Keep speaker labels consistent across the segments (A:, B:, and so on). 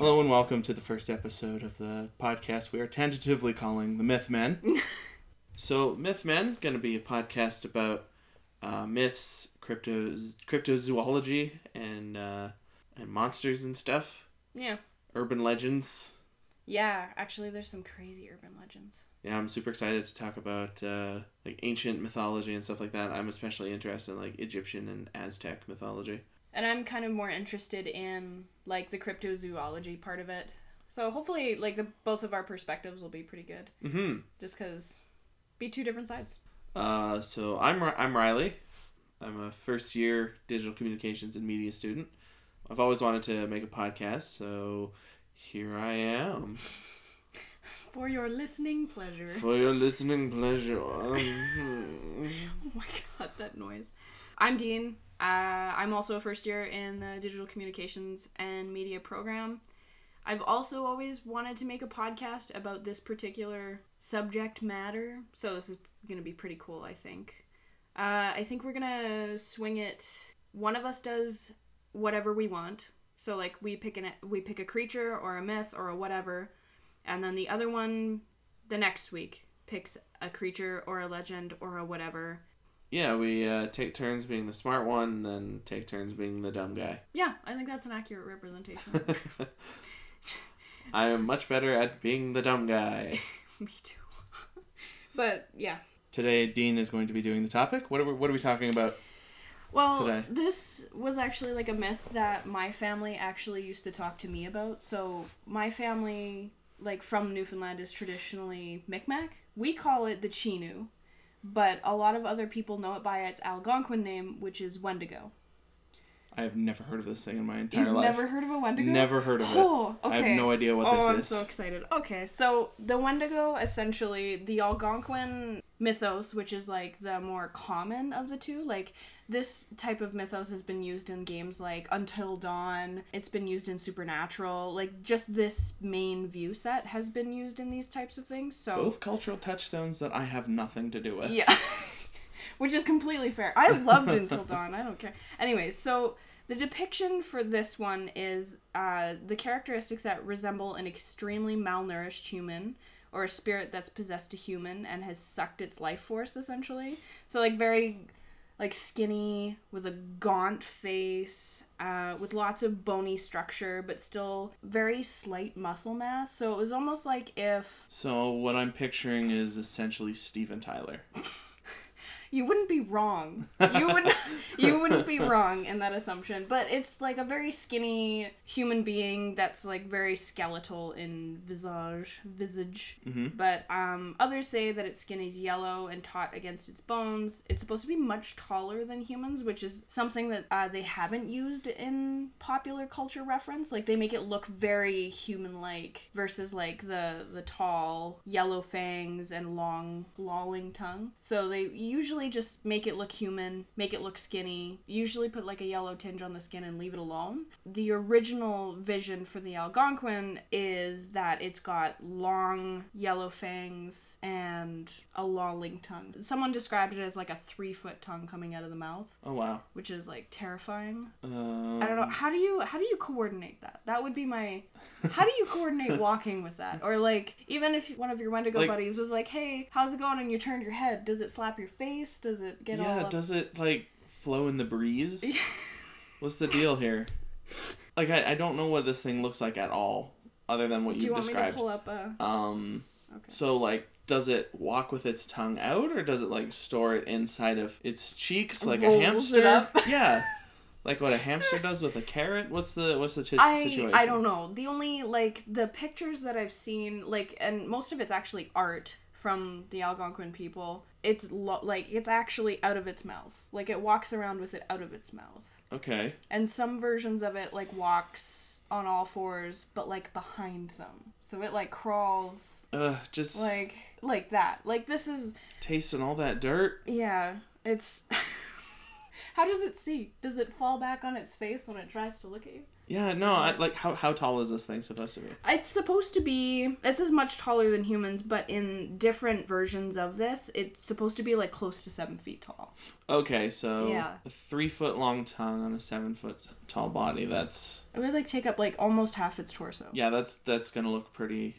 A: welcome to the first episode of the podcast we are tentatively calling The Myth Men. so, Myth Men going to be a podcast about uh, myths, crypto cryptozoology, and uh, and monsters and stuff,
B: Yeah.
A: urban legends.
B: Yeah, actually, there's some crazy urban legends.
A: Yeah, I'm super excited to talk about uh, like ancient mythology and stuff like that. I'm especially interested in like Egyptian and Aztec mythology.
B: And I'm kind of more interested in, like, the cryptozoology part of it. So hopefully, like, the both of our perspectives will be pretty good.
A: Mm-hmm.
B: Just because be two different sides.
A: Uh, so I'm Ri- I'm Riley. I'm a first year digital communications and media student. I've always wanted to make a podcast, so here I am
B: For your listening pleasure.
A: for your listening pleasure.
B: Oh my god, that noise. I'm Dean. Uh, I'm also a first year in the digital communications and media program. I've also always wanted to make a podcast about this particular subject matter, so this is going to be pretty cool, I think. Uh, I think we're going to swing it. One of us does whatever we want. So like we pick an we pick a creature or a myth or a whatever, and then the other one the next week picks a creature or a legend or a whatever.
A: yeah, we uh, take turns being the smart one, then take turns being the dumb guy.
B: Yeah, I think that's an accurate representation.
A: I am much better at being the dumb guy.
B: Me too. but yeah.
A: Today, Dean is going to be doing the topic. What are we, what are we talking about?
B: Well,
A: Today.
B: this was actually like a myth that my family actually used to talk to me about. So, my family, like from Newfoundland, is traditionally Micmac. We call it the Chinu, but a lot of other people know it by its Algonquin name, which is Wendigo.
A: I have never heard of this thing in my entire
B: You've
A: life.
B: never heard of a Wendigo?
A: Never heard of it.
B: Oh,
A: I have
B: okay.
A: no idea what
B: oh,
A: this
B: I'm
A: is.
B: so excited. Okay, so the Wendigo, essentially, the Algonquin mythos, which is like the more common of the two, like this type of mythos has been used in games like Until Dawn, it's been used in Supernatural, like just this main view set has been used in these types of things. So,
A: Both cultural touchstones that I have nothing to do with.
B: yeah. Which is completely fair. I loved Until Dawn. I don't care. Anyway, so the depiction for this one is uh, the characteristics that resemble an extremely malnourished human or a spirit that's possessed a human and has sucked its life force essentially. So like very like skinny with a gaunt face uh, with lots of bony structure but still very slight muscle mass so it was almost like if
A: So what I'm picturing is essentially Steven Tyler.
B: you wouldn't be wrong. You wouldn't you wouldn't be wrong in that assumption. But it's like a very skinny human being that's like very skeletal in visage visage. But um, others say that its skin is yellow and taut against its bones. It's supposed to be much taller than humans, which is something that uh, they haven't used in popular culture reference. Like they make it look very human-like versus like the the tall yellow fangs and long lolling tongue. So they usually just make it look human, make it look skinny. Usually put like a yellow tinge on the skin and leave it alone. The original vision for the Algonquin is that it's got long yellow fangs and a lolling tongue. Someone described it as like a three foot tongue coming out of the mouth,
A: Oh wow.
B: which is like terrifying.
A: Um,
B: I don't know how do you how do you coordinate that? That would be my how do you coordinate walking with that? Or like even if one of your Wendigo
A: Like-
B: buddies was like, "Hey, how's it going?" and you turned your head, does it slap your face? Does it get all
A: Yeah.
B: up?
A: Does it like flow in the breeze? What's the deal here? Like I, I don't know what this thing looks like at all, other than what
B: do you want me to
A: described.
B: pull up a
A: um.
B: Okay.
A: So like, does it walk with its tongue out, or does it like store it inside of its cheeks like
B: Rolls
A: a
B: it
A: hamster?
B: up.
A: Yeah. Like what a hamster does with a carrot. What's the what's the t-
B: I,
A: situation?
B: I don't know. The only like the pictures that I've seen like and most of it's actually art from the Algonquin people. It's lo- like it's actually out of its mouth. Like it walks around with it out of its mouth.
A: Okay.
B: and some versions of it like walks on all fours but like behind them so it like crawls
A: Ugh. Just
B: like like that like this is
A: tasting all that dirt.
B: yeah it's how does it see does it fall back on its face when it tries to look at you
A: Yeah, no, I, like how how tall is this thing supposed to be?
B: It's supposed to be it's as much taller than humans, but in different versions of this, it's supposed to be like close to seven feet tall.
A: Okay, so
B: Yeah.
A: a three foot long tongue on a seven foot tall body. That's
B: It would like take up like almost half its torso.
A: yeah, that's that's gonna look pretty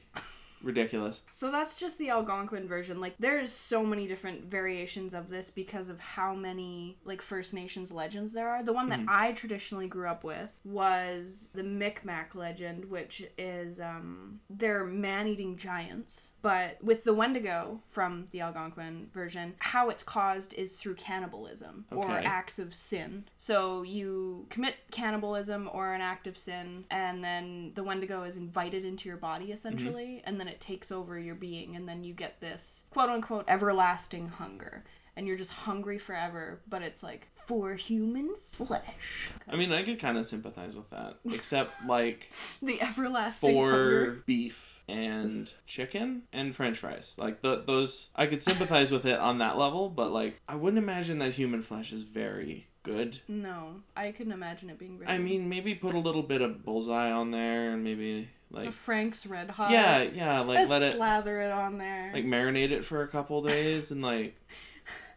A: ridiculous.
B: So that's just the Algonquin version. Like there's so many different variations of this because of how many like First Nations legends there are. The one that I traditionally grew up with was the Micmac legend, which is um they're man-eating giants. But with the Wendigo from the Algonquin version, how it's caused is through cannibalism or
A: Okay.
B: acts of sin. So you commit cannibalism or an act of sin, and then the Wendigo is invited into your body essentially,
A: Mm-hmm.
B: and then it takes over your being, and then you get this quote unquote everlasting hunger. And you're just hungry forever, but it's like for human flesh.
A: I mean, I could kind of sympathize with that, except like
B: The everlasting hunger.
A: for beef and chicken and French fries. Like th those, I could sympathize with it on that level, but like I wouldn't imagine that human flesh is very good.
B: No, I couldn't imagine it being. Very
A: I mean, maybe put a little bit of bullseye on there, and maybe
B: A
A: like
B: Frank's Red Hot.
A: yeah, yeah, like
B: Just
A: let it
B: slather it on there.
A: like marinate it for a couple days and like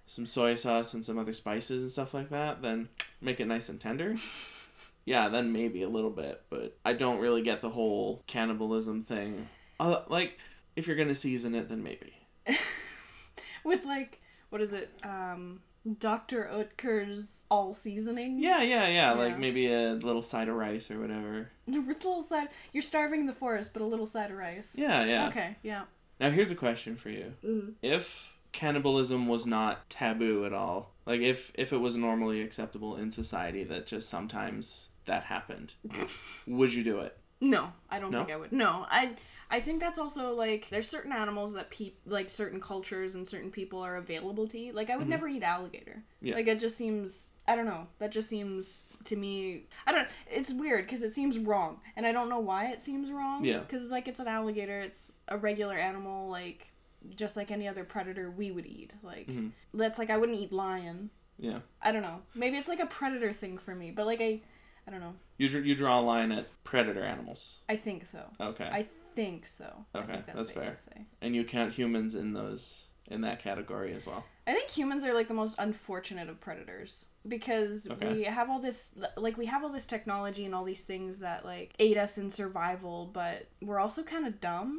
A: some soy sauce and some other spices and stuff like that, then make it nice and tender. Yeah, then maybe a little bit, but I don't really get the whole cannibalism thing. Uh, like, if you're gonna season it, then maybe.
B: with like what is it um dr oetker's all seasoning
A: Yeah, yeah, yeah.
B: Yeah.
A: Like maybe a little side of rice or whatever.
B: with a little side you're starving the forest but a little side of rice
A: Yeah, yeah.
B: okay yeah
A: Now here's a question for you.
B: Mm-hmm.
A: If cannibalism was not taboo at all, like if if it was normally acceptable in society that just sometimes that happened, would you do it?
B: no i don't
A: No?
B: think i would no i i think that's also like there's certain animals that peop like certain cultures and certain people are available to eat like i would never eat alligator
A: Mm-hmm. Yeah.
B: like it just seems i don't know that just seems to me i don't it's weird because it seems wrong and i don't know why it seems wrong
A: Yeah.
B: because like it's an alligator it's a regular animal like just like any other predator we would eat like
A: Mm-hmm.
B: that's like i wouldn't eat lion
A: Yeah.
B: i don't know maybe it's like a predator thing for me but like i i don't know
A: You dr- you draw a line at predator animals.
B: i think so
A: Okay.
B: i think so i
A: Okay,
B: think that's,
A: that's
B: safe
A: fair.
B: to say
A: and you count humans in those in that category as well.
B: I think humans are like the most unfortunate of predators because
A: Okay.
B: we have all this like we have all this technology and all these things that like aid us in survival, but we're also kind of dumb.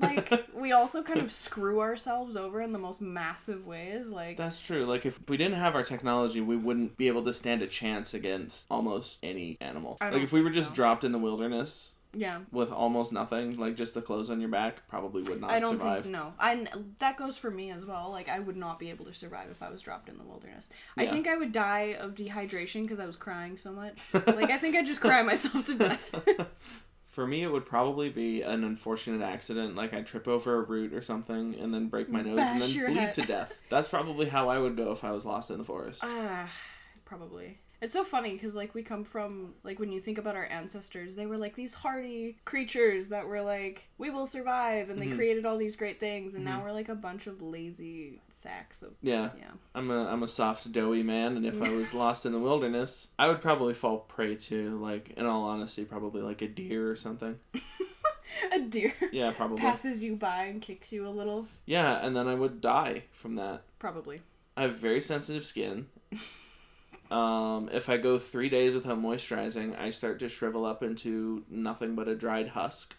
B: Like we also kind of screw ourselves over in the most massive ways. Like
A: That's true. Like if we didn't have our technology, we wouldn't be able to stand a chance against almost any animal.
B: I
A: Like
B: don't
A: if we were
B: think
A: just
B: so.
A: dropped in the wilderness
B: yeah,
A: with almost nothing, like just the clothes on your back, probably would not
B: I don't
A: survive.
B: think no. I that goes for me as well. Like I would not be able to survive if I was dropped in the wilderness. I
A: Yeah.
B: think I would die of dehydration because I was crying so much. like I think I'd just cry myself to death.
A: For me, it would probably be an unfortunate accident, like I trip over a root or something and then break my nose and
B: Bash
A: then
B: your
A: bleed
B: head.
A: to death. That's probably how I would go if I was lost in the forest.
B: Ah, probably. It's so funny because like we come from like when you think about our ancestors, they were like these hardy creatures that were like we will survive, and they
A: Mm-hmm.
B: created all these great things, and now we're like a bunch of lazy sacks of
A: yeah,
B: yeah.
A: I'm a I'm a soft, doughy man, and if I was lost in the wilderness, I would probably fall prey to, like, in all honesty, probably like a deer or something.
B: A deer
A: Yeah, probably.
B: passes you by and kicks you a little,
A: Yeah, and then I would die from that.
B: probably.
A: I have very sensitive skin. Um, if I go three days without moisturizing, I start to shrivel up into nothing but a dried husk.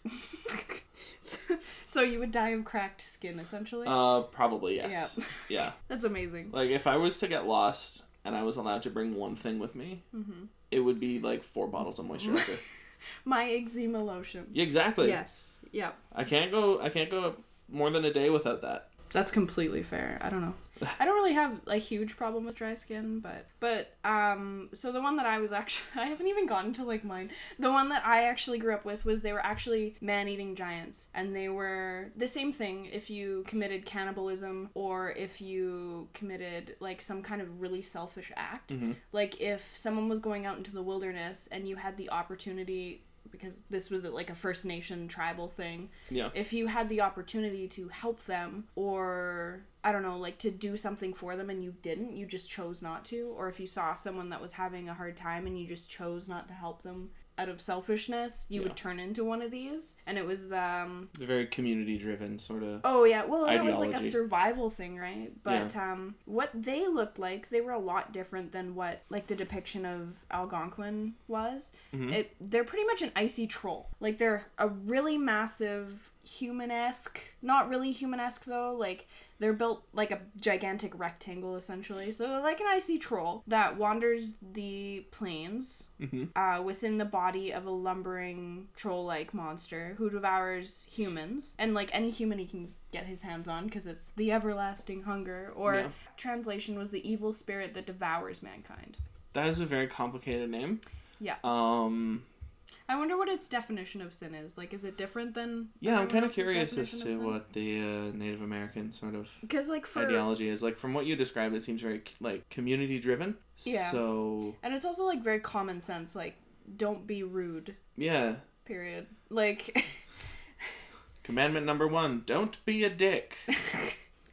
B: so, so you would die of cracked skin essentially.
A: Uh, probably yes. Yeah.
B: That's amazing.
A: Like if I was to get lost and I was allowed to bring one thing with me,
B: Mm-hmm.
A: it would be like four bottles of moisturizer.
B: My eczema lotion.
A: Yeah, exactly.
B: Yes. Yep.
A: I can't go. I can't go more than a day without that.
B: That's completely fair. I don't know. I don't really have a huge problem with dry skin, but but um so the one that I was actually I haven't even gotten to like mine. The one that I actually grew up with was they were actually man-eating giants and they were the same thing if you committed cannibalism or if you committed like some kind of really selfish act. Like if someone was going out into the wilderness and you had the opportunity because this was like a First Nation tribal thing
A: Yeah.
B: if you had the opportunity to help them or I don't know, like to do something for them and you didn't, you just chose not to, or if you saw someone that was having a hard time and you just chose not to help them out of selfishness, you
A: Yeah.
B: would turn into one of these. And it was um
A: It's a very community driven sort of.
B: Oh yeah, well and it was like a
A: Ideology.
B: survival thing, right? But um, what they looked like, they were a lot different than what like the depiction of Algonquin was. It, they're pretty much an icy troll. Like they're a really massive human-esque, not really human-esque though. Like they're built like a gigantic rectangle essentially. So they're like an icy troll that wanders the plains uh, within the body of a lumbering troll-like monster who devours humans and like any human he can get his hands on because it's the everlasting hunger or
A: Yeah.
B: translation was the evil spirit that devours mankind
A: That is a very complicated name.
B: Yeah.
A: Um.
B: i wonder what its definition of sin is like is it different than
A: Yeah, I'm
B: everyone
A: kind of
B: else's
A: curious as
B: definition
A: to
B: of sin?
A: what the uh, Native American sort of
B: because like for
A: ideology is like. From what you described, it seems very like community driven.
B: Yeah.
A: So
B: and it's also like very common sense like don't be rude
A: yeah,
B: period like
A: commandment number one: don't be a dick.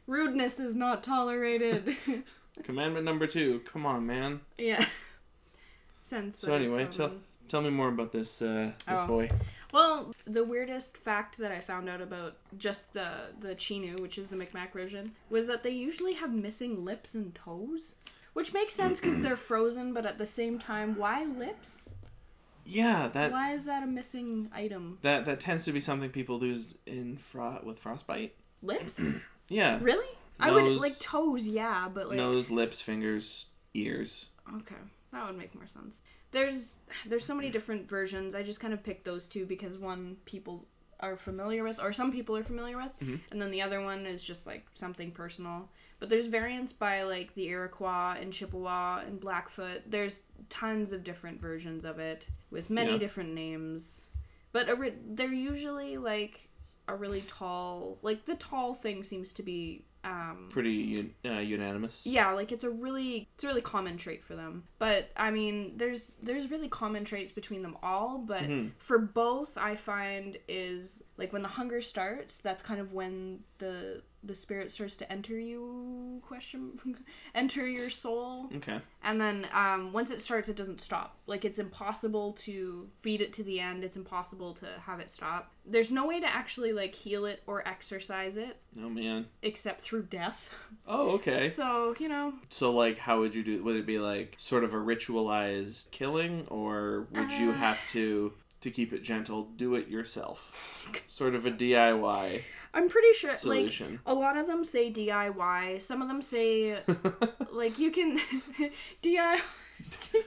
B: rudeness is not tolerated
A: commandment number two: come on, man.
B: yeah sense
A: So
B: that is
A: anyway, tell
B: common.
A: tell me more about this uh, this
B: Oh.
A: boy.
B: Well, the weirdest fact that I found out about just the the Chinu, which is the Micmac version, was that they usually have missing lips and toes, which makes sense because they're frozen. But at the same time, why lips?
A: Yeah, that
B: Why is that a missing item?
A: that that tends to be something people lose in fro- with frostbite.
B: Lips?
A: Yeah,
B: Really? I would
A: Nose.
B: like toes, yeah, but like
A: nose, lips, fingers, ears.
B: Okay, that would make more sense. There's there's so many different versions. I just kind of picked those two because one people are familiar with, or some people are familiar with, and then the other one is just like something personal. But there's variants by like the Iroquois and Chippewa and Blackfoot. There's tons of different versions of it with many
A: Yeah.
B: different names, but a ri- they're usually like a really tall. Like the tall thing seems to be um,
A: Pretty un- uh, unanimous.
B: yeah like it's a really it's a really common trait for them but i mean there's there's really common traits between them all but for both i find is like when the hunger starts that's kind of when the the spirit starts to enter you question enter your soul
A: Okay.
B: and then um, once it starts it doesn't stop like it's impossible to feed it to the end it's impossible to have it stop there's no way to actually like heal it or exercise it
A: Oh man.
B: except through death
A: Oh okay.
B: so you know
A: So like, how would you do? Would it be like sort of a ritualized killing, or would you
B: Uh.
A: have to to keep it gentle, do it yourself? Sort of a DIY
B: I'm pretty sure
A: solution.
B: like a lot of them say DIY. Some of them say like you can DIY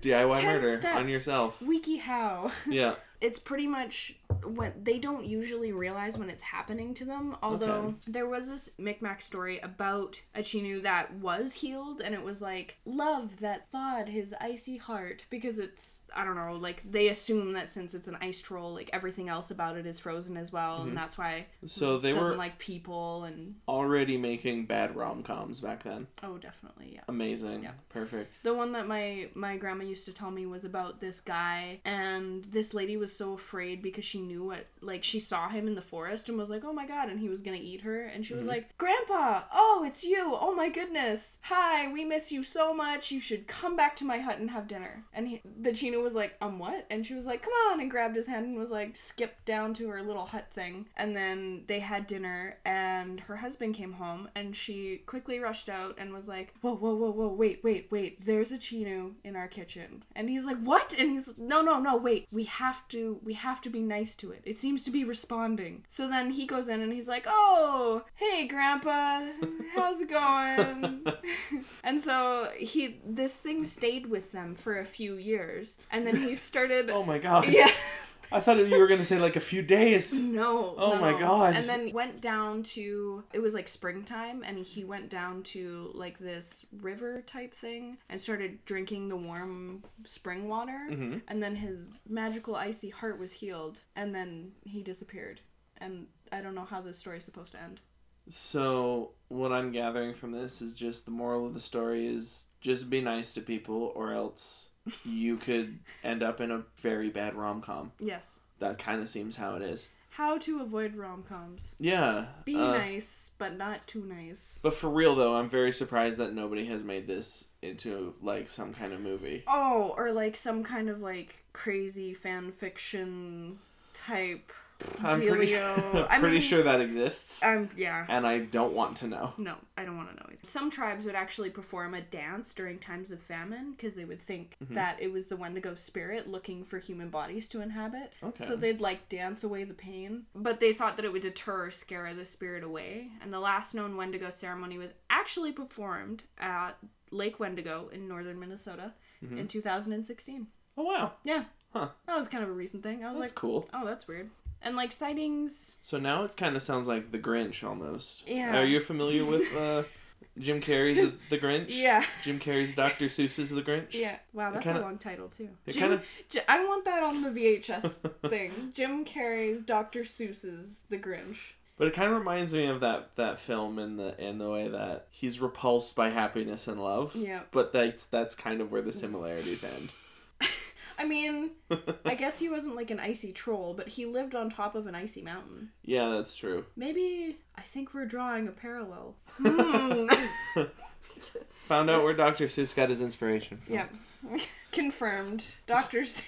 A: DIY
B: Ten
A: murder on
B: steps.
A: yourself.
B: wiki how.
A: Yeah.
B: It's pretty much what they don't usually realize when it's happening to them. Although
A: Okay.
B: there was this Micmac story about a Chinu that was healed and it was like love that thawed his icy heart because it's I don't know, like they assume that since it's an ice troll, like everything else about it is frozen as well and that's why
A: So Mm-hmm. they
B: it doesn't
A: were
B: like people and
A: already making bad rom coms back then.
B: oh definitely, yeah.
A: Amazing.
B: Yeah.
A: Perfect.
B: The one that my my grandma used to tell me was about this guy and this lady was so afraid because she knew what like she saw him in the forest and was like, "Oh my god," and he was going to eat her and she was like, "Grandpa, oh, it's you. Oh my goodness. Hi, we miss you so much. You should come back to my hut and have dinner." And he, the Chino was like, "Um what?" And she was like, "Come on." And grabbed his hand and was like skipped down to her little hut thing. And then they had dinner and her husband came home and she quickly rushed out and was like, Whoa, whoa, whoa, whoa, wait, wait, wait. There's a Chino in our kitchen. And he's like, What? And he's like, No, no, no, wait. We have to we have to be nice to it. It seems to be responding. So then he goes in and he's like, Oh, hey grandpa, how's it going? and so he this thing stayed with them for a few years. And then he started
A: Oh my god.
B: Yeah.
A: I thought you were gonna say like a few days.
B: No.
A: Oh
B: no,
A: my
B: no.
A: God.
B: And then went down to it was like springtime and he went down to like this river type thing and started drinking the warm spring water
A: Mm-hmm.
B: and then his magical icy heart was healed and then he disappeared. And I don't know how this story is supposed to end.
A: So what I'm gathering from this is just the moral of the story is just be nice to people, or else you could end up in a very bad rom com.
B: Yes.
A: That kind of seems how it is.
B: How to avoid rom coms.
A: Yeah.
B: Be
A: uh,
B: nice, but not too nice.
A: But for real though, I'm very surprised that nobody has made this into like some kind of movie.
B: Oh, or like some kind of like crazy fan fiction type
A: I'm pretty,
B: dealio. I
A: I'm pretty
B: mean-
A: sure that exists,
B: Um, yeah.
A: and I don't want to know.
B: No, I don't want to know. Either. Some tribes would actually perform a dance during times of famine because they would think
A: Mm-hmm.
B: that it was the Wendigo spirit looking for human bodies to inhabit.
A: Okay.
B: So they'd like dance away the pain, but they thought that it would deter or scare the spirit away. And the last known Wendigo ceremony was actually performed at Lake Wendigo in northern Minnesota
A: Mm-hmm.
B: in 2016.
A: Oh wow,
B: Yeah.
A: Huh.
B: That was kind of a recent thing. I was
A: that's
B: like,
A: cool.
B: oh, that's weird. And like sightings,
A: So now it kind of sounds like The Grinch almost.
B: Yeah.
A: Are you familiar with uh, Jim Carrey's is The Grinch?
B: yeah.
A: Jim Carrey's Dr. Seuss's The Grinch.
B: Yeah. Wow, that's
A: kinda-
B: a long title too.
A: it
B: Jim,
A: kinda-
B: J- I want that on the VHS thing. Jim Carrey's Dr. Seuss's The Grinch.
A: But it kind of reminds me of that that film in the in the way that he's repulsed by happiness and love.
B: Yeah.
A: But that's that's kind of where the similarities end.
B: I mean, I guess he wasn't like an icy troll, but he lived on top of an icy mountain.
A: Yeah, that's true.
B: Maybe I think we're drawing a parallel. Hmm.
A: Found out where Dr. Seuss got his inspiration from.
B: yep. Confirmed. Dr. Seuss-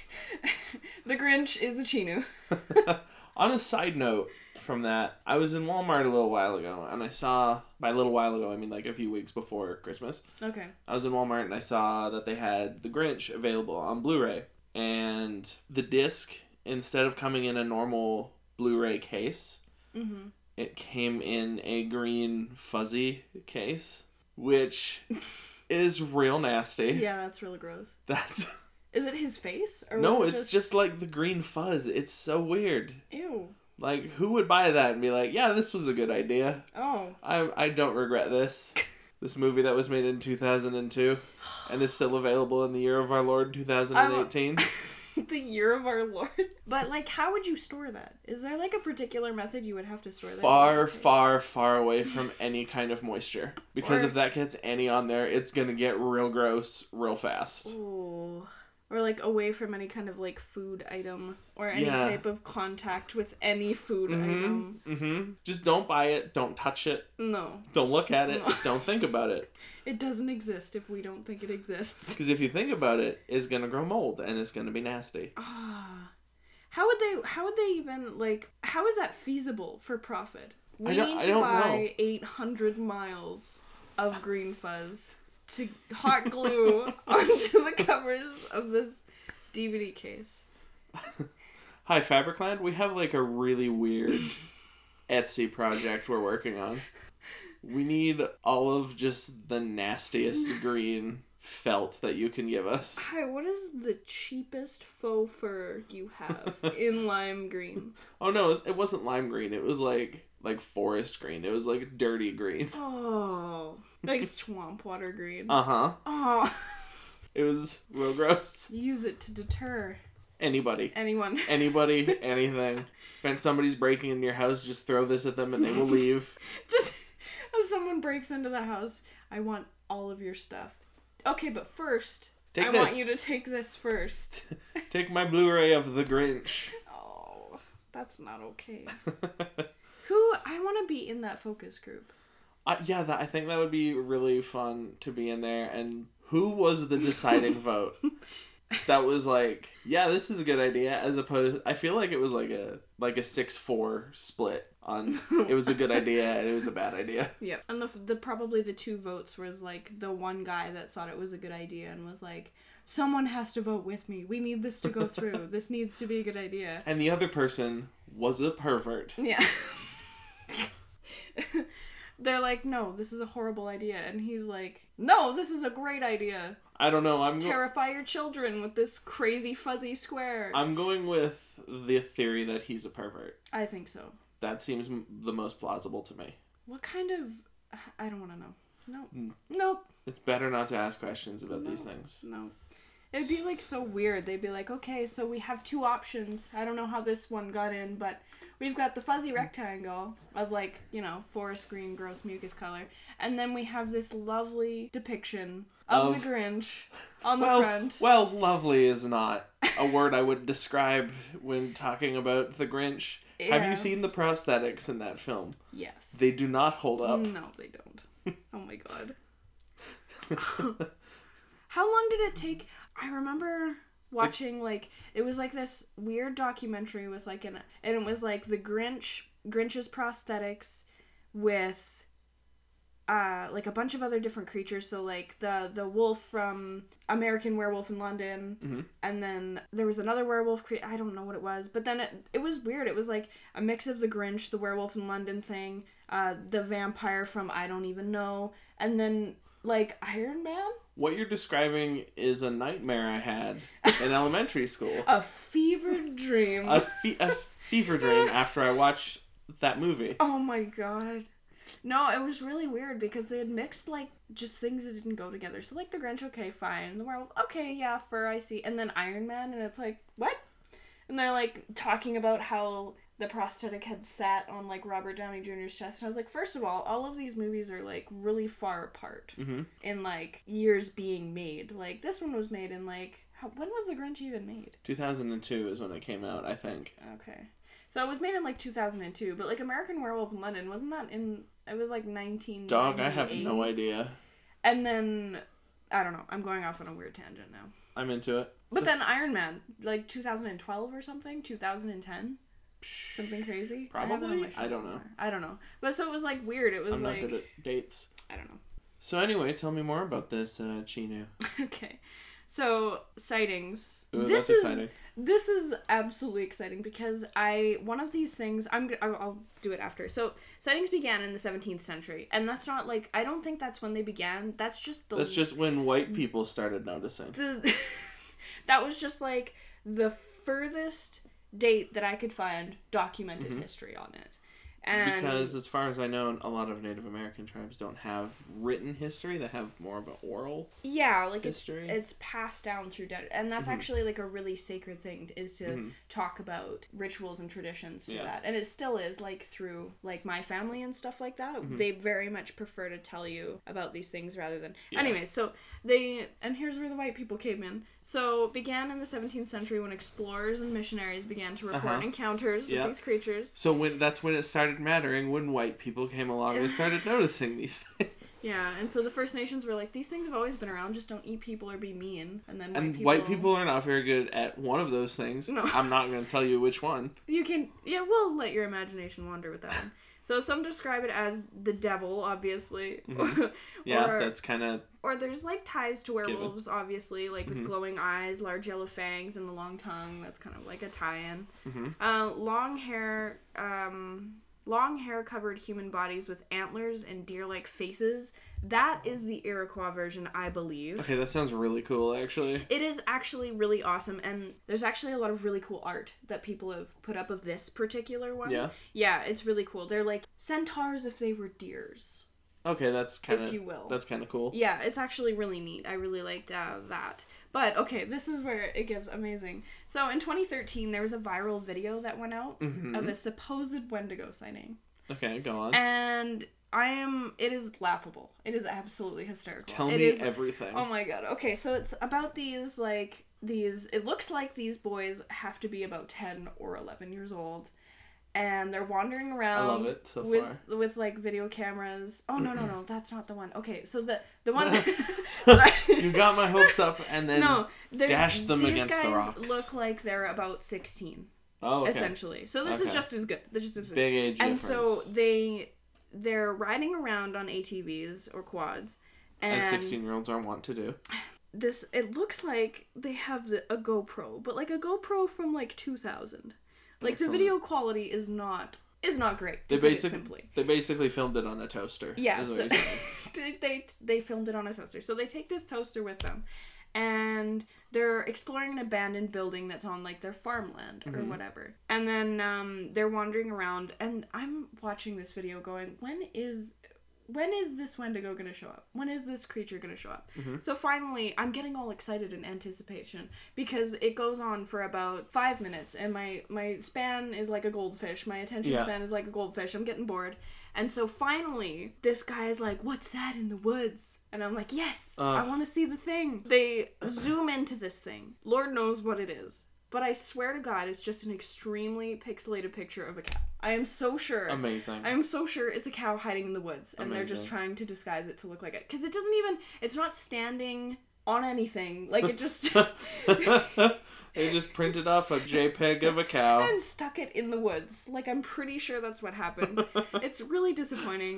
B: the Grinch is a Chino.
A: On a side note from that, I was in Walmart a little while ago and I saw, by a little while ago, I mean like a few weeks before Christmas,
B: Okay.
A: I was in Walmart and I saw that they had The Grinch available on Blu ray. And the disc, instead of coming in a normal Blu ray case,
B: Mm-hmm.
A: it came in a green fuzzy case, which is real nasty.
B: Yeah, that's really gross.
A: That's.
B: Is it his face? Or
A: No,
B: was it
A: it's just like the green fuzz. It's so weird.
B: Ew.
A: Like, who would buy that and be like, yeah, this was a good idea?
B: Oh.
A: I, I don't regret this. this movie that was made in 2002 and is still available in the year of our Lord 2018.
B: the year of our Lord. But like, how would you store that? Is there like a particular method you would have to store that?
A: far,
B: to?
A: far, far away from any kind of moisture. Because
B: Or-
A: if that gets any on there, it's going to get real gross real fast.
B: Ooh. Or like away from any kind of like food item or any
A: Yeah.
B: type of contact with any food
A: hmm
B: item.
A: hmm Just don't buy it. Don't touch it.
B: No,
A: Don't look at it.
B: No.
A: don't think about it.
B: it doesn't exist if we don't think it exists.
A: Because if you think about it, it's going to grow mold and it's going to be nasty.
B: Ah. How would they? How would they even like? How is that feasible for profit? We
A: I don't-
B: need
A: I
B: to
A: don't know.
B: buy eight hundred miles of green fuzz to hot glue onto the covers of this DVD case.
A: Hi, Fabricland. We have like a really weird Etsy project we're working on. We need all of just the nastiest green felt that you can give us.
B: Hi, what is the cheapest faux fur you have in lime green?
A: Oh no, it wasn't lime green. It was like like forest green. It was like dirty green.
B: Oh, like swamp water green.
A: Uh huh.
B: Oh,
A: It was real gross.
B: use it to deter
A: Anybody,
B: anyone.
A: anybody, anything. If somebody's breaking into your house, just throw this at them and they will leave.
B: Just as someone breaks into the house, I want all of your stuff. Okay, but first,
A: Take
B: I want you to
A: this.
B: take this first.
A: Take my Blu-ray of The Grinch.
B: Oh, that's not okay. Who I want to be in that focus group.
A: Uh, yeah, that, I think that would be really fun to be in there. And who was the deciding vote? That was like, yeah, this is a good idea. As opposed, I feel like it was like a like a six four split on it was a good idea and it was a bad idea.
B: Yep. And the, the probably the two votes was like the one guy that thought it was a good idea and was like, someone has to vote with me. We need this to go through. this needs to be a good idea.
A: And the other person was a pervert.
B: Yeah. They're like, no, this is a horrible idea. And he's like, no, this is a great idea.
A: I don't know. I'm go-
B: terrify your children with this crazy fuzzy square.
A: I'm going with the theory that he's a pervert.
B: I think so.
A: That seems m- the most plausible to me.
B: What kind of? I don't want to know.
A: Hmm.
B: Nope. Nope.
A: It's better not to ask questions about these things.
B: No. It'd be like so weird. They'd be like, okay, so we have two options. I don't know how this one got in, but we've got the fuzzy rectangle of like, you know, forest green, gross mucus color. And then we have this lovely depiction of,
A: Of-
B: the Grinch on the
A: Well,
B: front.
A: well, lovely is not a word I would describe when talking about the Grinch. Have
B: Yeah.
A: you seen the prosthetics in that film?
B: Yes.
A: They do not hold up.
B: No, they don't. Oh my god. How long did it take? I remember watching like it was like this weird documentary with like an and it was like the Grinch Grinch's prosthetics with uh, like a bunch of other different creatures. So like the the wolf from American Werewolf in London, and then there was another werewolf. Cre- I don't know what it was, but then it it was weird. It was like a mix of the Grinch, the Werewolf in London thing, uh, the vampire from I don't even know, and then like Iron Man,
A: What you're describing is a nightmare I had in elementary school.
B: a fever dream.
A: A, fe- a fever dream after I watched that movie.
B: oh my god. No, it was really weird because they had mixed like just things that didn't go together. So like the Grinch, okay, fine. The werewolf, okay, yeah, fur, I see. And then Iron Man, and it's like what? And they're like talking about how the prosthetic had sat on like Robert Downey Jr.'s chest. And I was like, first of all, all of these movies are like really far apart
A: Mhm.
B: in like years being made. Like this one was made in like how, when was the Grinch even made?
A: 2002 is when it came out, I think.
B: Okay. So it was made in like 2002, but like American Werewolf in London wasn't that in it was like 19
A: Dog, I have no idea.
B: And then I don't know. I'm going off on a weird tangent now.
A: I'm into it.
B: But
A: So-
B: then Iron Man, like 2012 or something, 2010, something crazy. have it on
A: Probably?
B: my shelf
A: I don't know.
B: somewhere. I don't know. But so it was like weird. It was
A: I'm
B: like
A: not good at dates.
B: I don't know.
A: So anyway, tell me more about this uh, Chino.
B: Okay. So sightings.
A: Ooh,
B: this
A: that's
B: is
A: exciting.
B: this is absolutely exciting because I one of these things I'm g- I'll, I'll do it after. So sightings began in the 17th century, and that's not like I don't think that's when they began. That's just the
A: That's just when white people started noticing.
B: the that was just like the furthest date that I could find documented history on it. And
A: Mm-hmm. Because as far as I know, a lot of Native American tribes don't have written history; they have more of an oral.
B: yeah like it's
A: History. Mm-hmm.
B: it's passed down through dead and that's actually like a really sacred thing is to talk about rituals and traditions through
A: Yeah.
B: that and it still is like through like my family and stuff like that
A: Mm-hmm.
B: they very much prefer to tell you about these things rather than anyway so they and here's where the white people came in so began in the 17th century when explorers and missionaries began to report
A: Uh-huh.
B: encounters
A: Yeah.
B: with these creatures
A: So when that's when it started mattering when white people came along and started noticing these things.
B: yeah and so the first nations were like these things have always been around just don't eat people or be mean and then
A: And white people are not very good at one of those things.
B: No.
A: I'm not going to tell you which one.
B: You can, yeah, we'll let your imagination wander with that one. So some describe it as the devil, obviously.
A: Mm-hmm. Yeah,
B: or,
A: that's kind of
B: or there's like ties to werewolves, obviously, like
A: Mm-hmm.
B: with glowing eyes, large yellow fangs, and the long tongue. That's kind of like a tie-in.
A: Mm-hmm.
B: Uh, long hair, um, long hair covered human bodies with antlers and deer-like faces. That is the Iroquois version, I believe.
A: okay. That sounds really cool, actually.
B: It is actually really awesome, and there's actually a lot of really cool art that people have put up of this particular one.
A: Yeah.
B: Yeah, it's really cool. They're like centaurs if they were deers.
A: Okay, that's kind
B: If you will.
A: of that's kind of cool.
B: Yeah, it's actually really neat. I really liked uh, that. But okay, this is where it gets amazing. So in 2013, there was a viral video that went out
A: Mm-hmm.
B: of a supposed Wendigo sighting,
A: Okay, go on.
B: and I am. It is laughable. It is absolutely hysterical.
A: tell
B: It
A: me
B: is-
A: everything.
B: Oh my god. Okay, so it's about these like these it looks like these boys have to be about 10 or 11 years old and they're wandering around
A: it so
B: with
A: far.
B: with like video cameras. Oh no, no, no, that's not the one. Okay, so the the one Sorry.
A: you got my hopes up, and then
B: No, there's,
A: dashed them
B: these
A: against the
B: guys
A: rocks.
B: look like they're about 16
A: oh, okay.
B: essentially. So this is
A: Okay.
B: just as good. This is just as good
A: big age
B: and
A: difference.
B: so they they're riding around on ATVs or quads and
A: as 16 year olds are wont to do.
B: this it looks like they have the, a GoPro, but like a GoPro from like 2000. Like
A: Excellent.
B: the video quality is not is not great. To
A: They
B: put it
A: basically
B: simply.
A: they basically filmed it on a toaster.
B: Yeah,
A: is what
B: so-
A: you're saying.
B: they, they they filmed it on a toaster. So they take this toaster with them, and they're exploring an abandoned building that's on like their farmland or
A: Mm-hmm.
B: whatever. And then um, they're wandering around, and I'm watching this video, going, when is when is this Wendigo gonna show up? When is this creature gonna show up?
A: Mm-hmm.
B: So finally, I'm getting all excited in anticipation because it goes on for about five minutes, and my my span is like a goldfish. My attention
A: Yeah.
B: span is like a goldfish. I'm getting bored, and so finally, this guy is like, "What's that in the woods?" And I'm like, "Yes, I
A: Ugh.
B: want to see the thing." They zoom into this thing. Lord knows what it is. but I swear to God, it's just an extremely pixelated picture of a cow. I am so sure.
A: Amazing.
B: I'm so sure it's a cow hiding in the woods, and they're just
A: Amazing.
B: trying to disguise it to look like it. Because it doesn't even. It's not standing on anything. Like it just.
A: they just printed off a JPEG of a cow.
B: and stuck it in the woods. Like I'm pretty sure that's what happened. it's really disappointing.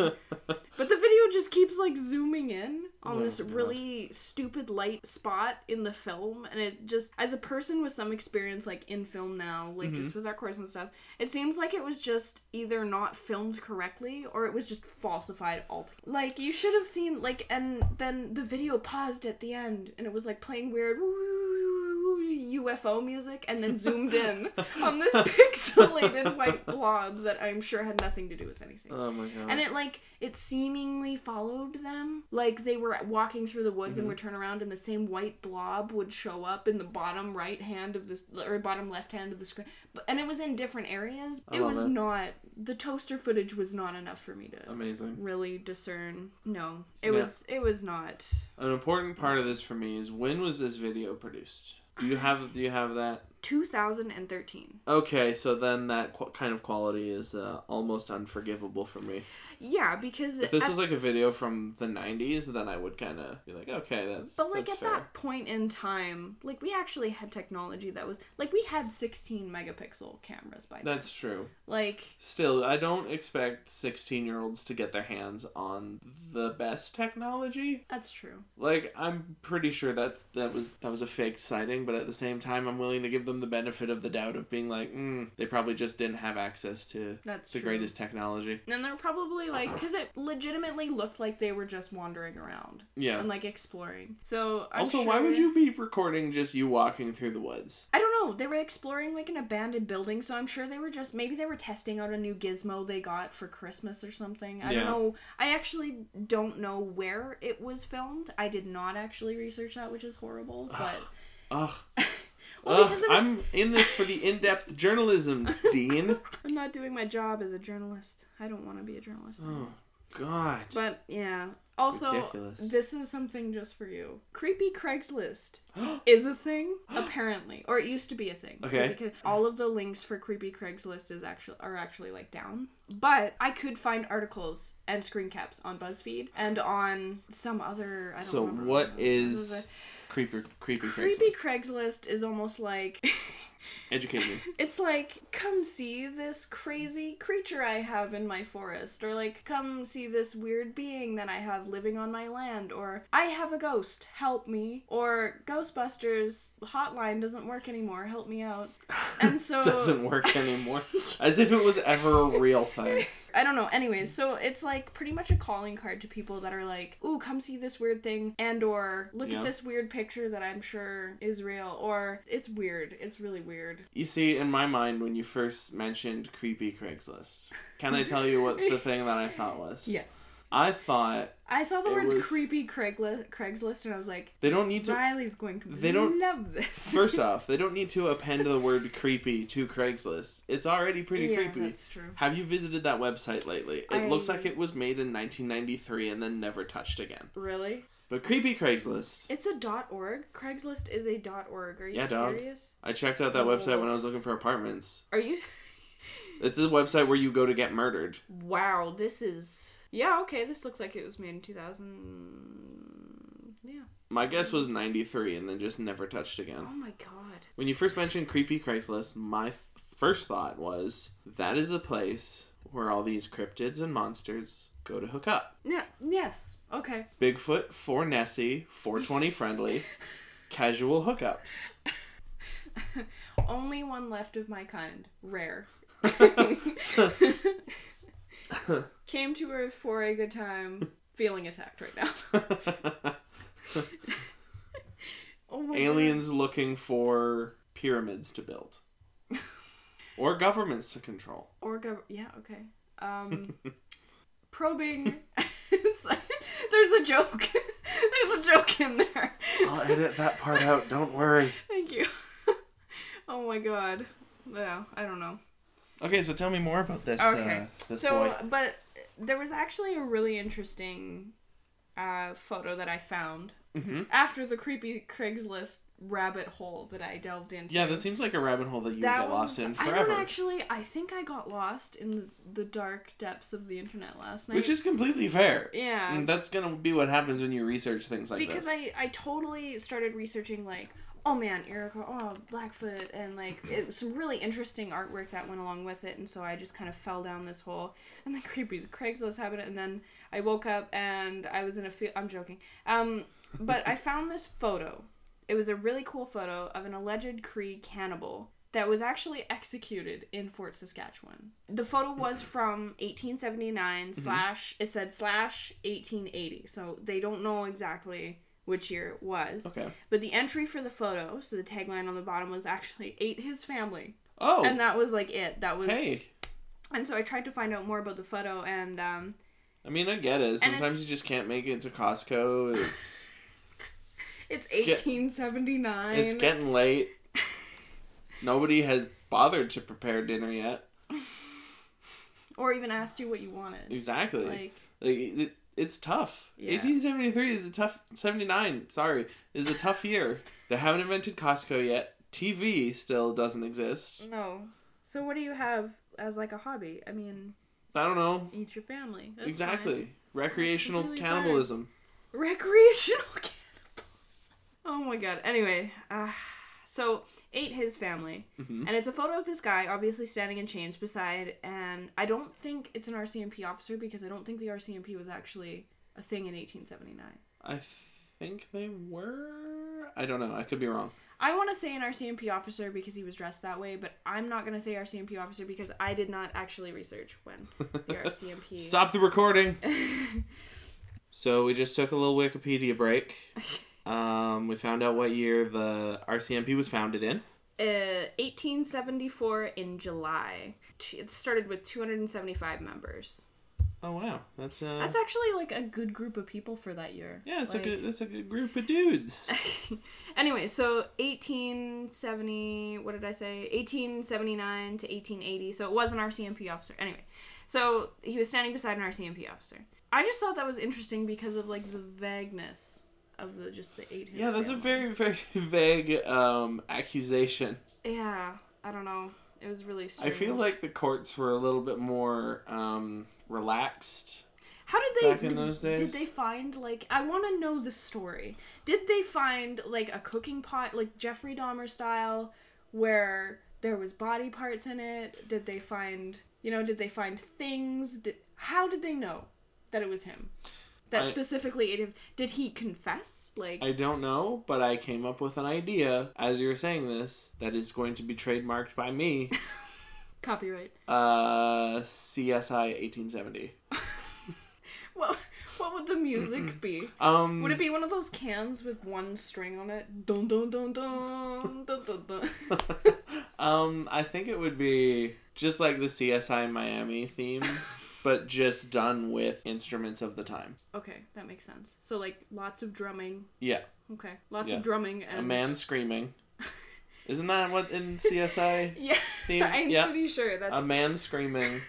B: But the video just keeps like zooming in on
A: Oh,
B: this
A: God.
B: really stupid light spot in the film and it just as a person with some experience like in film now, like
A: Mm-hmm.
B: just with our course and stuff, it seems like it was just either not filmed correctly or it was just falsified altogether. Like you should have seen like and then the video paused at the end and it was like playing weird UFO music and then zoomed in on this pixelated white blob that I'm sure had nothing to do with anything.
A: Oh my god.
B: And it like it seemingly followed them. Like they were walking through the
A: Mm-hmm.
B: woods and would turn around, and the same white blob would show up in the bottom right hand of the or bottom left hand of the screen. But, and it was in different areas.
A: I
B: it
A: love
B: was
A: it.
B: not the toaster footage was not enough for me to
A: Amazing.
B: really discern. No, it
A: Yeah.
B: was it was not.
A: An important part of this for me is when was this video produced? Do you have do you have that?
B: 2013.
A: Okay, so then that qu- kind of quality is uh, almost unforgivable for me.
B: Yeah, because
A: If this
B: at-
A: was like a video from the 90s, then I would kind of be like, okay, that's
B: But like
A: that's
B: at
A: fair.
B: that point in time, like we actually had technology that was like we had 16 megapixel cameras by then.
A: That's true.
B: Like
A: Still, I don't expect 16-year-olds to get their hands on the best technology.
B: that's true.
A: Like I'm pretty sure that that was that was a faked sighting, but at the same time, I'm willing to give them the benefit of the doubt of being like, mm, they probably just didn't have access to
B: That's
A: the
B: true.
A: greatest technology.
B: And they're probably like because it legitimately looked like they were just wandering around
A: Yeah.
B: and like exploring. So I'm
A: also, why would
B: sure-
A: you be recording just you walking through the woods?
B: I don't know. They were exploring like an abandoned building, so I'm sure they were just maybe they were testing out a new gizmo they got for Christmas or something. I
A: Yeah.
B: don't know. I actually don't know where it was filmed. I did not actually research that, which is horrible. But
A: Ugh.
B: Well,
A: Ugh,
B: because of-
A: I'm in this for the in-depth journalism, Dean.
B: I'm not doing my job as a journalist. I don't want to be a journalist.
A: Oh God.
B: But yeah. Also,
A: Ridiculous.
B: this is something just for you. Creepy Craigslist is a thing, apparently, or it used to be a thing.
A: Okay.
B: Because all of the links for creepy Craigslist is actually are actually like down. But I could find articles and screen caps on BuzzFeed and on some other. I don't
A: So
B: remember
A: what
B: other-
A: is creeper creepy
B: creepy
A: Craigslist?
B: Craigslist? Is almost like.
A: Educate me.
B: It's like, come see this crazy creature I have in my forest, or like, come see this weird being that I have living on my land, or I have a ghost, help me, or Ghostbusters hotline doesn't work anymore, help me out. And so,
A: Doesn't work anymore. As if it was ever a real thing.
B: I don't know. Anyways, so it's like pretty much a calling card to people that are like, "Ooh, come see this weird thing," and or "Look
A: Yeah.
B: at this weird picture that I'm sure is real," or "It's weird. It's really weird."
A: You see, in my mind, when you first mentioned creepy Craigslist, can I tell you what the thing that I thought was?
B: Yes.
A: I thought
B: I saw the
A: It
B: words
A: was-
B: creepy Craigli- Craigslist and I was like,
A: they don't need to.
B: Riley's going to
A: they don't-
B: love this.
A: First off, they don't need to append the word creepy to Craigslist. It's already pretty
B: yeah,
A: creepy.
B: that's true.
A: Have you visited that website lately? It
B: I-
A: looks like it was made in 1993 and then never touched again.
B: Really?
A: But creepy Craigslist.
B: It's a dot .org. Craigslist is a dot .org. Are you
A: Yeah, dog.
B: serious?
A: I checked out that website when I was looking for apartments.
B: Are you?
A: It's a website where you go to get murdered.
B: Wow, this is. Yeah, okay. This looks like it was made in 2000. Yeah.
A: My guess was 93 and then just never touched again.
B: Oh my god.
A: When you first mentioned creepy Craigslist, my th- first thought was that is a place where all these cryptids and monsters go to hook up.
B: Yeah. Yes. Okay.
A: Bigfoot, for Nessie, 420 friendly, casual hookups.
B: Only one left of my kind. Rare. Came to Earth for a good time. Feeling attacked right now. Oh my
A: Aliens looking for pyramids to build or governments to control.
B: Or gov yeah, okay. Um, probing. There's a joke. There's a joke in there.
A: I'll edit that part out, don't worry.
B: Thank you. oh my god. Yeah, I don't know.
A: Okay, so tell me more about this.
B: Okay.
A: Uh, this
B: so,
A: boy.
B: but there was actually a really interesting uh, photo that I found
A: Mhm.
B: after the creepy Craigslist rabbit hole that I delved into.
A: Yeah, that seems like a rabbit hole that you
B: That
A: get lost
B: was-
A: in
B: I
A: forever.
B: don't actually. I think I got lost in the, the dark depths of the internet last night.
A: Which is completely fair.
B: yeah,
A: And Mm, that's gonna be what happens when you research things like
B: because
A: this.
B: I I totally started researching like oh man Iroquois oh Blackfoot and like
A: Mm-hmm.
B: it, some really interesting artwork that went along with it and so I just kind of fell down this hole and then creepy Craigslist happened and then I woke up and I was in a field I'm joking um but I found this photo it was a really cool photo of an alleged Cree cannibal that was actually executed in Fort Saskatchewan. The photo was from 1879
A: Mm-hmm.
B: slash it said slash 1880, so they don't know exactly which year it was.
A: okay.
B: But the entry for the photo, so the tagline on the bottom was actually ate his family,
A: Oh.
B: and that was like it. That was
A: hey.
B: and so I tried to find out more about the photo and um,
A: I mean, I get it.
B: And it's-
A: Sometimes you just can't make it to Costco. It's
B: it's,
A: It's get-
B: 1879.
A: it's getting late. Nobody has bothered to prepare dinner yet.
B: or even asked you what you wanted.
A: Exactly. Like,
B: Like
A: it, it- it's tough.
B: Yeah.
A: 1873 is a tough. 79, sorry, is a tough year. they haven't invented Costco yet. TV still doesn't exist.
B: No. So what do you have as like a hobby? I mean,
A: I don't know.
B: eat your family. That's
A: exactly.
B: fine.
A: Recreational
B: completely fair.
A: cannibalism.
B: Recreational cannibals. Oh my god. Anyway, uh, so ate his family,
A: Mhm.
B: and it's a photo of this guy obviously standing in chains beside, and I don't think it's an RCMP officer because I don't think the RCMP was actually a thing in 1879.
A: I think they were. I don't know. I could be wrong.
B: I want to say an RCMP officer because he was dressed that way, but I'm not going to say RCMP officer because I did not actually research when the RCMP.
A: Stop the recording. so we just took a little Wikipedia break. Um, we found out what year the RCMP was founded in.
B: Uh, 1874 in July. T- It started with 275 members.
A: Oh wow, that's uh,
B: That's actually like a good group of people for that year.
A: yeah, it's
B: like,
A: a good, that's a good group of dudes.
B: Anyway, so 1870, what did I say? 1879 to 1880. So it was an RCMP officer. Anyway, so he was standing beside an RCMP officer. I just thought that was interesting because of like the vagueness of the just the eight. his
A: yeah, that's a
B: family.
A: very very vague um accusation.
B: Yeah, I don't know. It was really strange.
A: I feel like the courts were a little bit more um relaxed.
B: How did they
A: back in those
B: Did
A: days.
B: they find like I want to know the story? Did they find like a cooking pot like Jeffrey Dahmer style where there was body parts in it? Did they find you know? Did they find things? Did, how did they know that it was him? That
A: I-
B: specifically ate him. Did he confess? Like
A: I don't know, but I came up with an idea as you were saying this that is going to be trademarked by me.
B: copyright?
A: Uh, CSI 1870.
B: What what would the music be?
A: Um,
B: Would it be one of those cans with one string on it? Dun dun dun dun dun dun dun.
A: um, I think it would be just like the CSI Miami theme, but just done with instruments of the time.
B: Okay, that makes sense. So like lots of drumming.
A: Yeah,
B: Okay, lots
A: Yeah.
B: of drumming and
A: a man screaming. Isn't that what in CSI?
B: Yeah,
A: theme.
B: I'm
A: Yeah. Um,
B: pretty sure that's
A: a man screaming.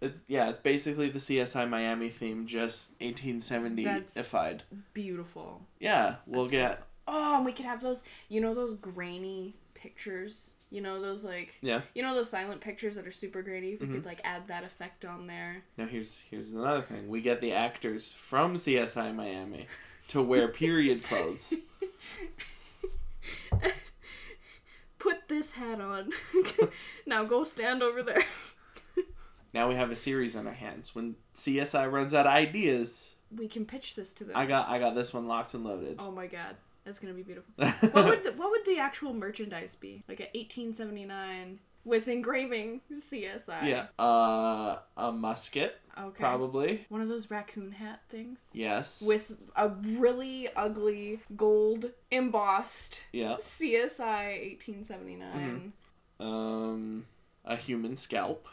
A: It's yeah, it's basically the CSI Miami theme, just 1870ified.
B: beautiful.
A: Yeah, we'll
B: That's
A: get
B: Oh, and we could have those. You know those grainy pictures. You know those like.
A: yeah.
B: You know those silent pictures that are super grainy. We
A: Mhm.
B: could like add that effect on there.
A: Now here's here's another thing. We get the actors from CSI Miami to wear period clothes.
B: Put this hat on. now go stand over there.
A: Now we have a series on our hands. When CSI runs out of ideas,
B: We can pitch this to them.
A: I got I got this one locked and loaded.
B: Oh my god, that's gonna be beautiful. what would the, what would the actual merchandise be? Like a 1879 with engraving CSI.
A: yeah, uh, a musket
B: Okay.
A: probably.
B: One of those raccoon hat things
A: Yes.
B: with a really ugly gold embossed
A: yeah.
B: CSI
A: Mm-hmm.
B: 1879.
A: Um, a human scalp.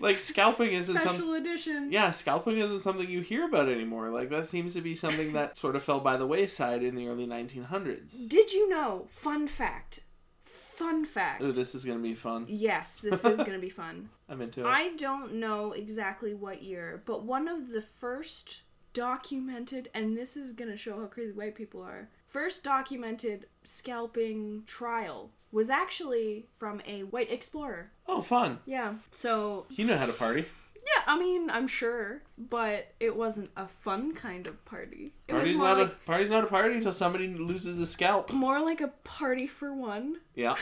A: like scalping isn't
B: Special
A: something.
B: edition.
A: Yeah, scalping isn't something you hear about anymore. Like that seems to be something that sort of fell by the wayside in the early 1900s.
B: Did you know? Fun fact. fun fact.
A: Ooh, this is gonna be fun.
B: yes, this is going to be fun.
A: I'm into it.
B: I don't know exactly what year, but one of the first documented, and this is going to show how crazy white people are, first documented scalping trial was actually from a white explorer.
A: oh, fun.
B: Yeah. So,
A: You know how to party.
B: yeah, I mean, I'm sure, but it wasn't a fun kind of party. It
A: Party's
B: was more
A: not
B: like,
A: a party's not a party until somebody loses a scalp.
B: more like a party for one.
A: Yeah.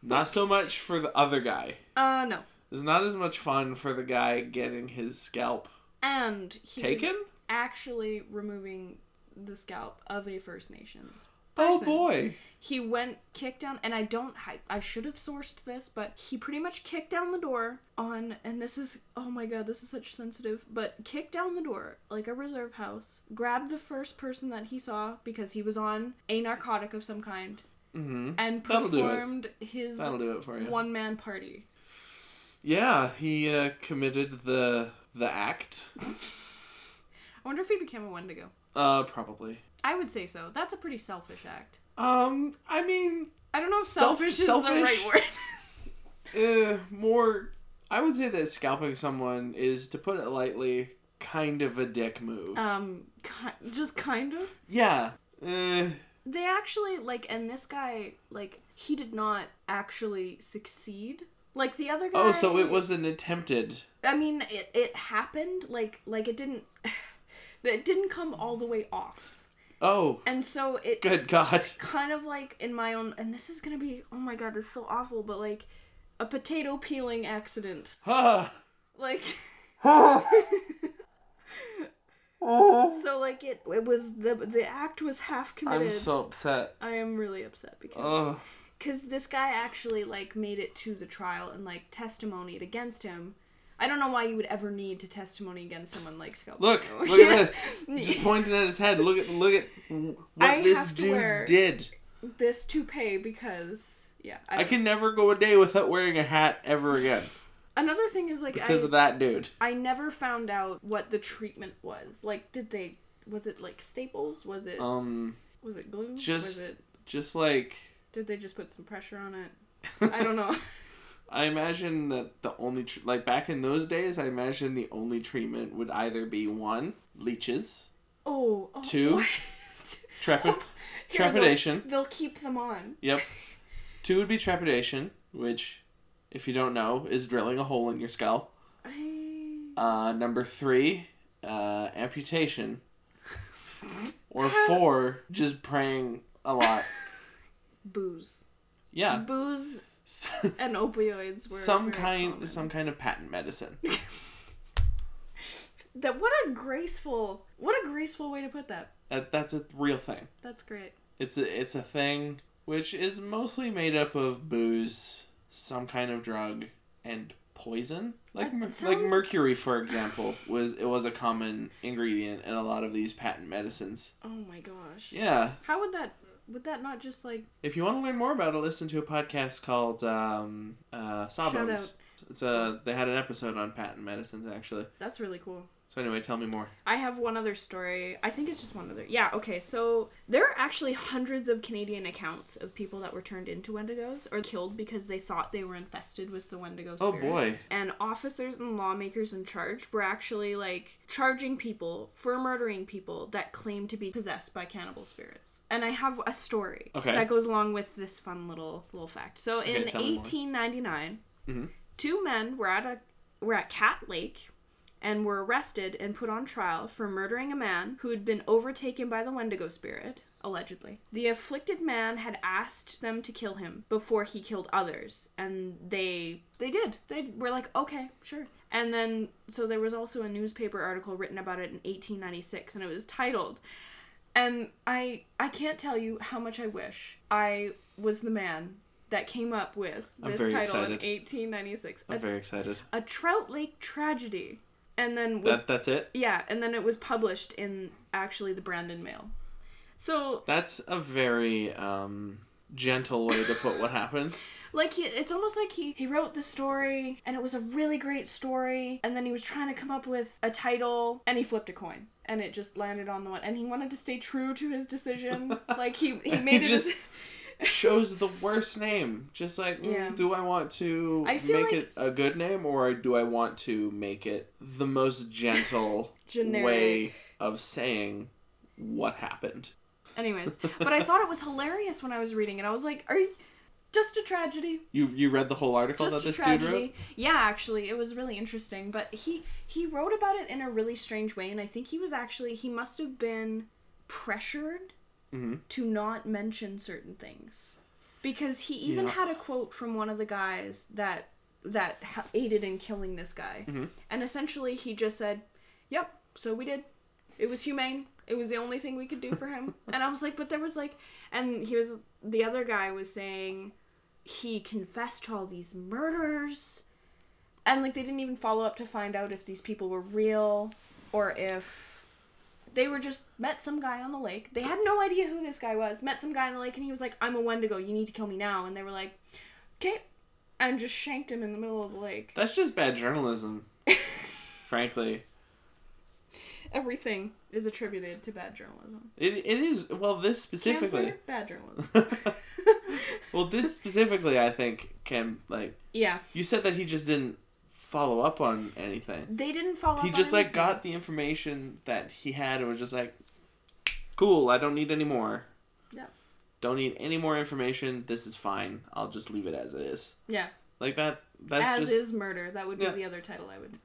A: not so much for the other guy.
B: Uh, no.
A: It's not as much fun for the guy getting his scalp
B: And he was
A: taken.
B: actually removing the scalp of a First Nations.
A: Oh
B: person.
A: boy.
B: He went kicked down, and I don't. I, I should have sourced this, but he pretty much kicked down the door on, and this is oh my god, this is such sensitive. But kicked down the door like a reserve house, grabbed the first person that he saw because he was on a narcotic of some kind,
A: Mm-hmm.
B: and
A: That'll do it.
B: performed his
A: That'll do it for you.
B: one man party.
A: Yeah, he uh, committed the the act.
B: I wonder if he became a Wendigo.
A: Uh, probably.
B: I would say so. That's a pretty selfish act.
A: Um, I mean,
B: I don't know if
A: Self-
B: selfish,
A: selfish?
B: is the right word.
A: uh, more. I would say that scalping someone is, to put it lightly, kind of a dick move.
B: um, ki- just kind of.
A: yeah. Uh,
B: They actually like, and this guy like he did not actually succeed. Like the other guy.
A: oh, so it was an attempted.
B: I mean, it it happened. Like like it didn't. It didn't come all the way off,
A: Oh,
B: and so it
A: good God.
B: kind of like in my own. And this is gonna be oh my god, this is so awful. But like a potato peeling accident,
A: Ah.
B: like.
A: Ah. Oh.
B: So like it it was the the act was half
A: I'm
B: committed.
A: so upset.
B: I am really upset because
A: Oh,
B: because this guy actually like made it to the trial and like testimonied against him. I don't know why you would ever need to testimony against someone like Scalp.
A: look! Look at this. Just pointing at his head. Look at look at what
B: I
A: this
B: have to
A: dude
B: wear-
A: did.
B: this toupee because yeah. I
A: I
B: don't-
A: can never go a day without wearing a hat ever again
B: Another thing is like I
A: because of that dude.
B: I never found out what the treatment was. Like, did they? Was it like staples? Was it
A: Um,
B: was it glue? was
A: just-
B: it?
A: just like
B: Did they just put some pressure on it? I don't know.
A: I imagine that the only tr- like back in those days, I imagine the only treatment would either be one leeches,
B: Oh, oh
A: Two.
B: what?
A: trepid,
B: Here, they'll-
A: trepidation.
B: They'll, keep them on.
A: Yep. Two would be trepidation, which, if you don't know, is drilling a hole in your skull.
B: I...
A: Uh, number three, uh, amputation. Or four, just praying a lot.
B: Booze.
A: Yeah.
B: Booze
A: S-
B: and opioids were
A: some
B: very
A: kind,
B: common.
A: some kind of patent medicine.
B: That what a graceful, what a graceful way to put that.
A: That that's a real thing.
B: That's great.
A: It's a, it's a thing which is mostly made up of booze, some kind of drug, and poison. Like
B: That
A: mer- like
B: sounds-
A: mercury, for example, was it was a common ingredient in a lot of these patent medicines.
B: Oh my gosh.
A: Yeah.
B: How would that? Would that not just like?
A: If you want to learn more about it, listen to a podcast called um, uh, Sawbones.
B: out.
A: It's a they had an episode on patent medicines actually.
B: That's really cool.
A: So anyway, tell me more.
B: I have one other story. I think it's just one other. Yeah, okay. So there are actually hundreds of Canadian accounts of people that were turned into Wendigos or killed because they thought they were infested with the Wendigo
A: Oh,
B: spirit.
A: boy.
B: And officers and lawmakers in charge were actually like charging people for murdering people that claimed to be possessed by cannibal spirits. And I have a story
A: Okay.
B: that goes along with this fun little little fact. So in
A: tell me more.
B: 1899,
A: Mhm.
B: two men were at a were at Cat Lake and were arrested and put on trial for murdering a man who had been overtaken by the Wendigo spirit, allegedly. The afflicted man had asked them to kill him before he killed others, and they they did. They were like, "Okay, sure." And then so there was also a newspaper article written about it in 1896 and it was titled and I I can't tell you how much I wish I was the man that came up with
A: I'm
B: this
A: very
B: title in
A: excited.
B: 1896.
A: I'm
B: A,
A: very excited.
B: a Trout Lake Tragedy. And then was
A: That that's it.
B: yeah, and then it was published in actually the Brandon Mail. So,
A: That's a very um, gentle way to put what happened.
B: like, he, it's almost like he, he wrote the story, and it was a really great story, and then he was trying to come up with a title, and he flipped a coin, and it just landed on the one. And he wanted to stay true to his decision. like, he, he made it.
A: just-
B: as-
A: chose the worst name. Just like, mm,
B: Yeah.
A: do I want to
B: I feel
A: make
B: like-
A: it a good name or do I want to make it the most gentle
B: Generic.
A: way of saying what happened?
B: Anyways, but I thought it was hilarious when I was reading it. I was like, "Are you just a tragedy?
A: You you read the whole article
B: Just
A: that
B: a
A: this dude wrote?
B: tragedy?" Yeah, actually, it was really interesting. But he he wrote about it in a really strange way, and I think he was actually he must have been pressured
A: Mhm.
B: to not mention certain things because he even
A: Yeah.
B: had a quote from one of the guys that that h- aided in killing this guy,
A: Mm-hmm.
B: and essentially he just said, "Yep, so we did." It was humane. It was the only thing we could do for him. and I was like, but there was like, and he was, the other guy was saying he confessed to all these murders. And like, they didn't even follow up to find out if these people were real or if they were just met some guy on the lake. They had no idea who this guy was. Met some guy on the lake and he was like, I'm a Wendigo. You need to kill me now. And they were like, okay. And just shanked him in the middle of the lake.
A: That's just bad journalism, frankly.
B: Everything is attributed to bad journalism.
A: It, it is, well, this specifically.
B: Cancer, bad journalism.
A: well, this specifically, I think, can, like,
B: yeah.
A: you said that he just didn't follow up on anything.
B: They didn't follow
A: He
B: up.
A: just,
B: on
A: like,
B: anything.
A: got the information that he had and was just like, cool, I don't need any more.
B: Yep.
A: Don't need any more information. This is fine. I'll just leave it as it is.
B: Yeah.
A: Like, that, that's
B: As
A: just.
B: is murder. That would be
A: Yeah.
B: the other title I would.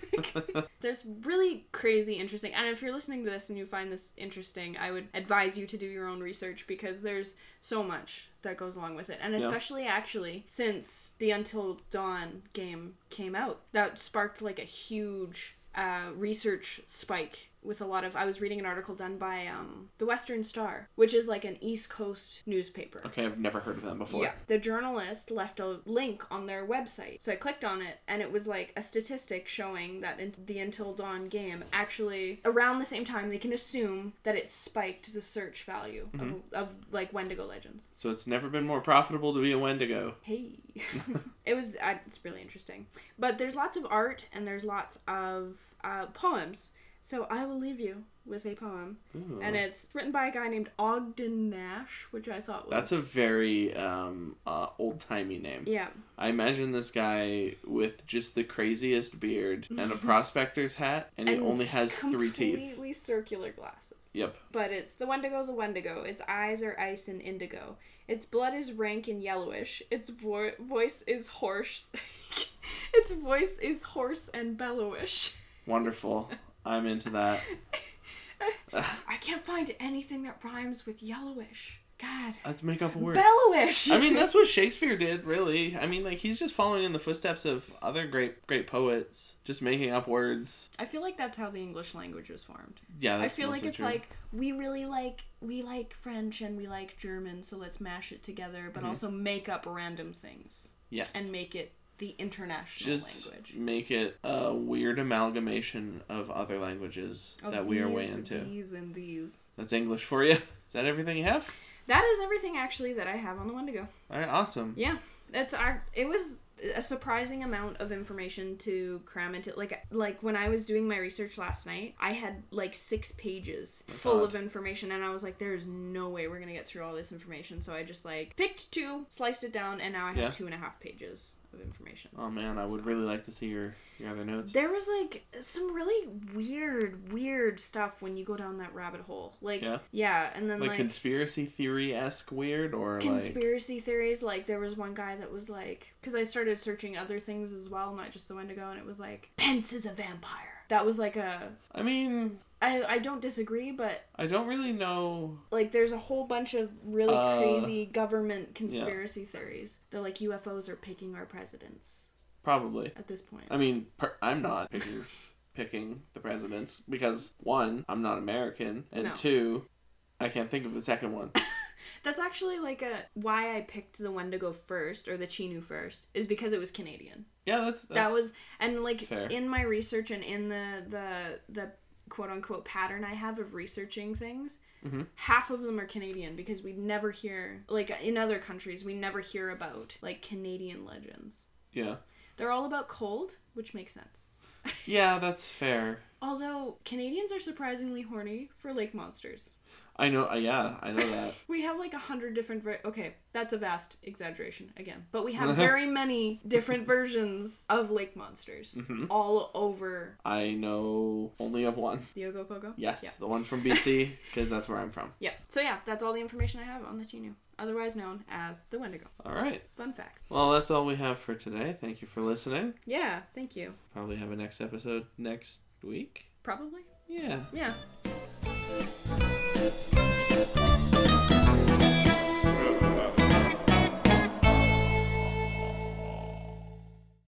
B: There's really crazy, interesting, and if you're listening to this and you find this interesting, I would advise you to do your own research because there's so much that goes along with it, and especially actually since the Until Dawn game came out, that sparked like a huge uh, research spike with a lot of. I was reading an article done by um, the Western Star, which is like an East Coast newspaper.
A: Okay, I've never heard of them before.
B: Yeah. The journalist left a link on their website. So I clicked on it, and it was like a statistic showing that in the Until Dawn game actually, around the same time, they can assume that it spiked the search value of, of like Wendigo Legends.
A: So it's never been more profitable to be a Wendigo.
B: Hey. it was, I, it's really interesting. But there's lots of art and there's lots of uh, poems. So I will leave you with a poem. And it's written by a guy named Ogden Nash, which I thought was.
A: That's a very um, uh, old timey name.
B: Yeah.
A: I imagine this guy with just the craziest beard and a prospector's hat, and, he only has three teeth.
B: Completely circular glasses.
A: Yep.
B: But it's the Wendigo, the Wendigo. Its eyes are ice and indigo. Its blood is rank and yellowish. Its vo- voice is hoarse. its voice is hoarse and bellowish.
A: Wonderful. I'm into that.
B: I can't find anything that rhymes with yellowish. God.
A: Let's make up a word.
B: Bellowish!
A: I mean, that's what Shakespeare did, really. I mean, like he's just following in the footsteps of other great, great poets, just making up words.
B: I feel like that's how the English language was formed.
A: Yeah,
B: I
A: that's
B: feel like
A: mostly
B: it's
A: true.
B: like we really like we like French and we like German, so let's mash it together,
A: Mm-hmm.
B: but also make up random things.
A: yes,
B: and make it the international
A: just
B: language.
A: make it a weird amalgamation of other languages
B: Of
A: that we are way
B: these,
A: into.
B: These and these.
A: That's English for you. Is that everything you have?
B: That is everything actually that I have on the Wendigo.
A: All right, awesome.
B: Yeah, that's our. It was a surprising amount of information to cram into. Like like when I was doing my research last night, I had like six pages full
A: Oh God.
B: of information, and I was like, "There's no way we're gonna get through all this information." So I just like picked two, sliced it down, and now I have
A: Yeah.
B: two and a half pages of information.
A: Oh man, I would really like to see your your other notes.
B: There was like some really weird, weird stuff when you go down that rabbit hole. Like, yeah,
A: Yeah?
B: and then
A: Like,
B: like,
A: conspiracy theory esque weird or like
B: conspiracy theories. Like, there was one guy that was like, because I started searching other things as well, not just the Wendigo, and it was like, Pence is a vampire. That was like a.
A: I mean,
B: I, I don't disagree, but
A: I don't really know.
B: like there's a whole bunch of really
A: Uh,
B: crazy government conspiracy theories. They're like UFOs are picking our presidents
A: Probably.
B: at this point.
A: I mean, per- I'm not picking picking the presidents because one, I'm not American, and
B: No.
A: two, I can't think of the second one.
B: That's actually like a why I picked the Wendigo first or the Chinu first is because it was Canadian.
A: Yeah, that's, that's
B: that was and like
A: fair.
B: in my research and in the the the quote unquote pattern I have of researching things,
A: Mm-hmm.
B: half of them are Canadian because we never hear like in other countries we never hear about like Canadian legends.
A: yeah
B: They're all about cold, which makes sense.
A: yeah that's fair.
B: Although Canadians are surprisingly horny for lake monsters.
A: I know. Uh, yeah, I know that.
B: We have like a hundred different. Ver- okay, that's a vast exaggeration again, but we have very many different versions of lake monsters all over
A: I know only of one.
B: the Ogopogo.
A: Yes,
B: Yeah.
A: the one from BC, because that's where I'm from.
B: Yeah. So yeah, that's all the information I have on the Chinu, otherwise known as the Wendigo.
A: All right.
B: Fun fact.
A: Well, that's all we have for today. Thank you for listening.
B: Yeah. Thank you.
A: Probably have a next episode next week.
B: Probably.
A: Yeah.
B: Yeah.